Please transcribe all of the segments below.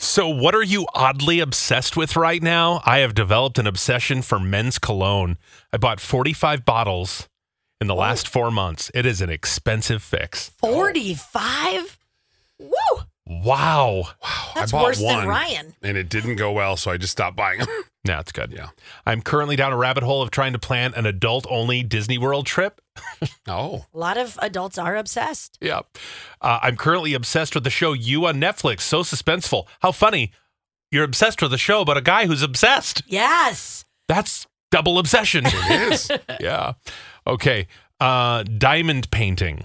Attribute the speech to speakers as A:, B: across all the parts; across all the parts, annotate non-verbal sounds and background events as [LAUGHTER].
A: So, what are you oddly obsessed with right now? I have developed an obsession for men's cologne. I bought 45 bottles in the last four months. It is an expensive fix.
B: 45? Woo!
A: Wow.
B: That's
C: I bought
B: worse
C: one,
B: than Ryan.
C: And it didn't go well, so I just stopped buying [LAUGHS] them.
A: No, it's good.
C: Yeah.
A: I'm currently down a rabbit hole of trying to plan an adult only Disney World trip. [LAUGHS]
C: oh.
B: A lot of adults are obsessed.
A: Yeah. Uh, I'm currently obsessed with the show You on Netflix. So suspenseful. How funny. You're obsessed with a show about a guy who's obsessed.
B: Yes.
A: That's double obsession.
B: [LAUGHS]
C: It is.
A: yeah. Okay. Uh, diamond painting.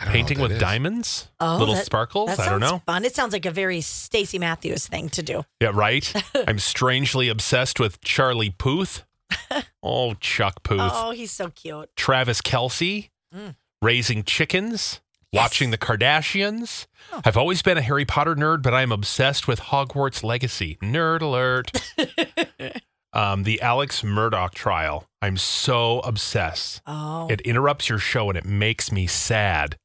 C: I don't know what
A: Painting
C: Oh, that
A: with
C: is.
A: diamonds?
B: Oh,
A: Little
B: that-
A: sparkles?
B: That
A: I don't
B: sounds
A: know.
B: Fun. It sounds like a very Stacy Matthews thing to do.
A: Yeah,
B: [LAUGHS]
A: right? I'm strangely obsessed with Charlie Puth. oh, Chuck Puth.
B: Oh, he's so cute.
A: Travis Kelsey.
B: Mm.
A: Raising chickens.
B: Yes. Oh.
A: Watching the Kardashians. I've always been a Harry Potter nerd, but I'm obsessed with Hogwarts Legacy. Nerd
B: [LAUGHS]
A: alert. um, the Alex Murdoch trial. I'm so obsessed.
B: Oh,
A: It interrupts your show and it makes me sad.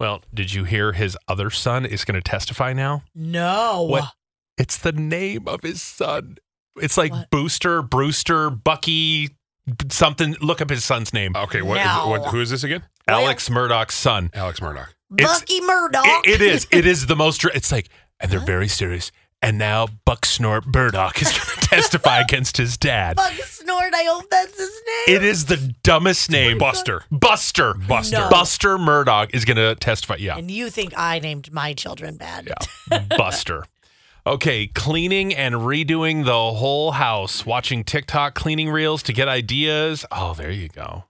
A: Well, did you hear his other son is going to testify now?
B: no.
A: What? It's the name of his son. It's like
B: What?
A: Booster, Brewster, Bucky, b- something. Look up his son's name.
C: Okay, what, is
B: No.
C: it, what who is this again?
A: Alex Murdoch's son.
C: Alex Murdoch.
A: It's-
B: Bucky Murdoch.
A: It, it is. It is the most. dr- It's like, and they're very serious. And now Buck Snort Murdoch is
B: [LAUGHS]
A: going to testify against his dad.
B: [LAUGHS] Buck Snort. I hope that's his name.
A: It is the dumbest name.
C: Buster.
A: Buster. Buster.
B: No.
A: Buster Murdoch is going to testify. Yeah.
B: and you think I named my children bad?
A: Yeah. Buster. Okay, cleaning and redoing the whole house, watching TikTok cleaning reels to get ideas. Oh, there you go.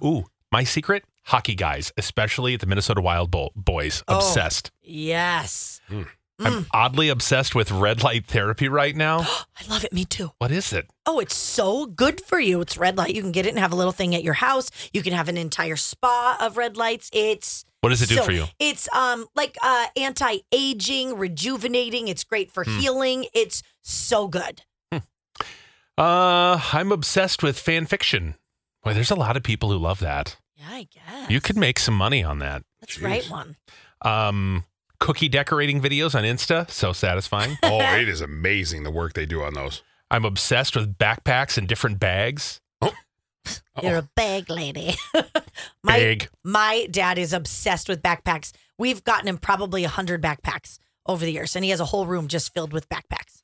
A: Ooh, my secret hockey guys, especially at the Minnesota Wild Bo- Boys,
B: Oh. mm.
A: obsessed.
B: Yes. [GASPS]
A: I'm oddly obsessed with red light therapy right
B: [GASPS]
A: now.
B: I love it. Me too.
A: what is it?
B: Oh, it's so good for you. It's red light. You can get it and have a little thing at your house. You can have an entire spa of red lights. It's
A: What does it do
B: So
A: for you?
B: It's um like uh anti-aging, rejuvenating. It's great for
A: Hmm.
B: healing. It's so good.
A: Uh, I'm obsessed with fan fiction. Boy, there's a lot of people who love that.
B: Yeah, I guess.
A: You could make some money on that.
B: That's the right one.
A: Um, cookie decorating videos on Insta, so satisfying.
B: [LAUGHS]
C: Oh, it is amazing the work they do on those.
A: I'm obsessed with backpacks and different bags.
B: You're a bag lady. [LAUGHS] my
A: Bag.
B: my dad is obsessed with backpacks. We've gotten him probably 100 backpacks over the years and he has a whole room just filled with backpacks.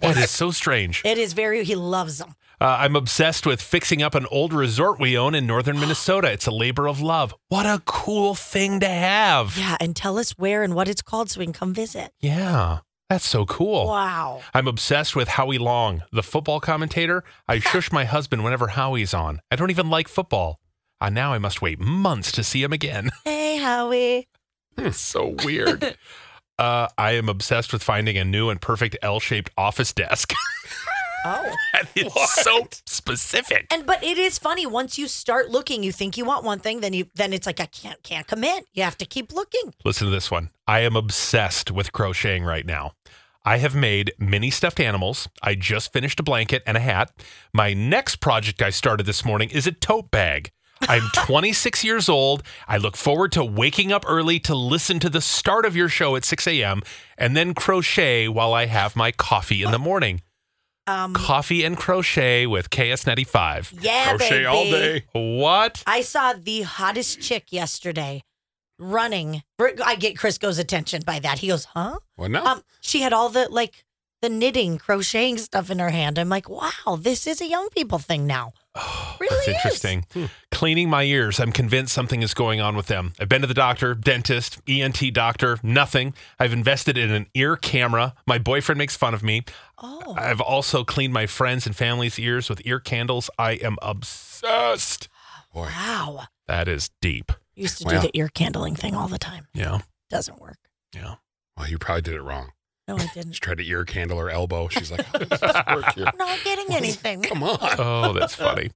A: That is so
B: [LAUGHS]
A: strange.
B: It is very he loves them.
A: Uh, I'm obsessed with fixing up an old resort we own in northern Minnesota. It's a labor of love. What a cool thing to have.
B: Yeah, and tell us where and what it's called so we can come visit.
A: Yeah, that's so cool.
B: Wow.
A: I'm obsessed with Howie Long, the football commentator.
B: [LAUGHS]
A: I shush my husband whenever Howie's on. I don't even like football. Uh, now I must wait months to see him again. [LAUGHS]
B: Hey, Howie.
A: It's so weird.
B: [LAUGHS]
A: Uh, I am obsessed with finding a new and perfect L shaped office desk. [LAUGHS]
B: Oh.
A: that is so specific.
B: And but it is funny once you start looking, you think you want one thing, then you then it's like I can't can't commit. You have to keep looking.
A: Listen to this one. I am obsessed with crocheting right now. I have made mini stuffed animals. I just finished a blanket and a hat. My next project I started this morning is a tote bag. [LAUGHS] I'm 26 years old. I look forward to waking up early to listen to the start of your show at 6 a.m. and then crochet while I have my coffee in the morning.
B: Um,
A: Coffee and crochet with KS95.
B: yeah,
C: Crochet
B: baby.
C: all day.
A: What?
B: I saw the hottest chick yesterday running. I get Crisco's attention by that. He goes, "Huh?"
C: Well, no.
B: Um, she had all the like the knitting, crocheting stuff in her hand. I'm like, "Wow, this is a young people thing
C: [SIGHS]
B: now." really
A: That's
B: is.
A: interesting. Cleaning my ears. I'm convinced something is going on with them. I've been to the doctor, dentist, ENT doctor, nothing. I've invested in an ear camera. My boyfriend makes fun of me.
B: Oh,
A: I've also cleaned my friends and family's ears with ear candles. I am obsessed.
C: Boy.
B: wow.
A: That is deep.
B: Used to
C: Wow.
B: do the ear candling thing all the time.
A: Yeah.
B: Doesn't work.
A: Yeah.
C: Well, you probably did it wrong.
B: No, I didn't.
C: [LAUGHS] She tried to ear candle her elbow. She's like, "How does [LAUGHS] this work here?
B: I'm not getting anything.
C: come on.
B: [LAUGHS]
A: Oh, that's funny.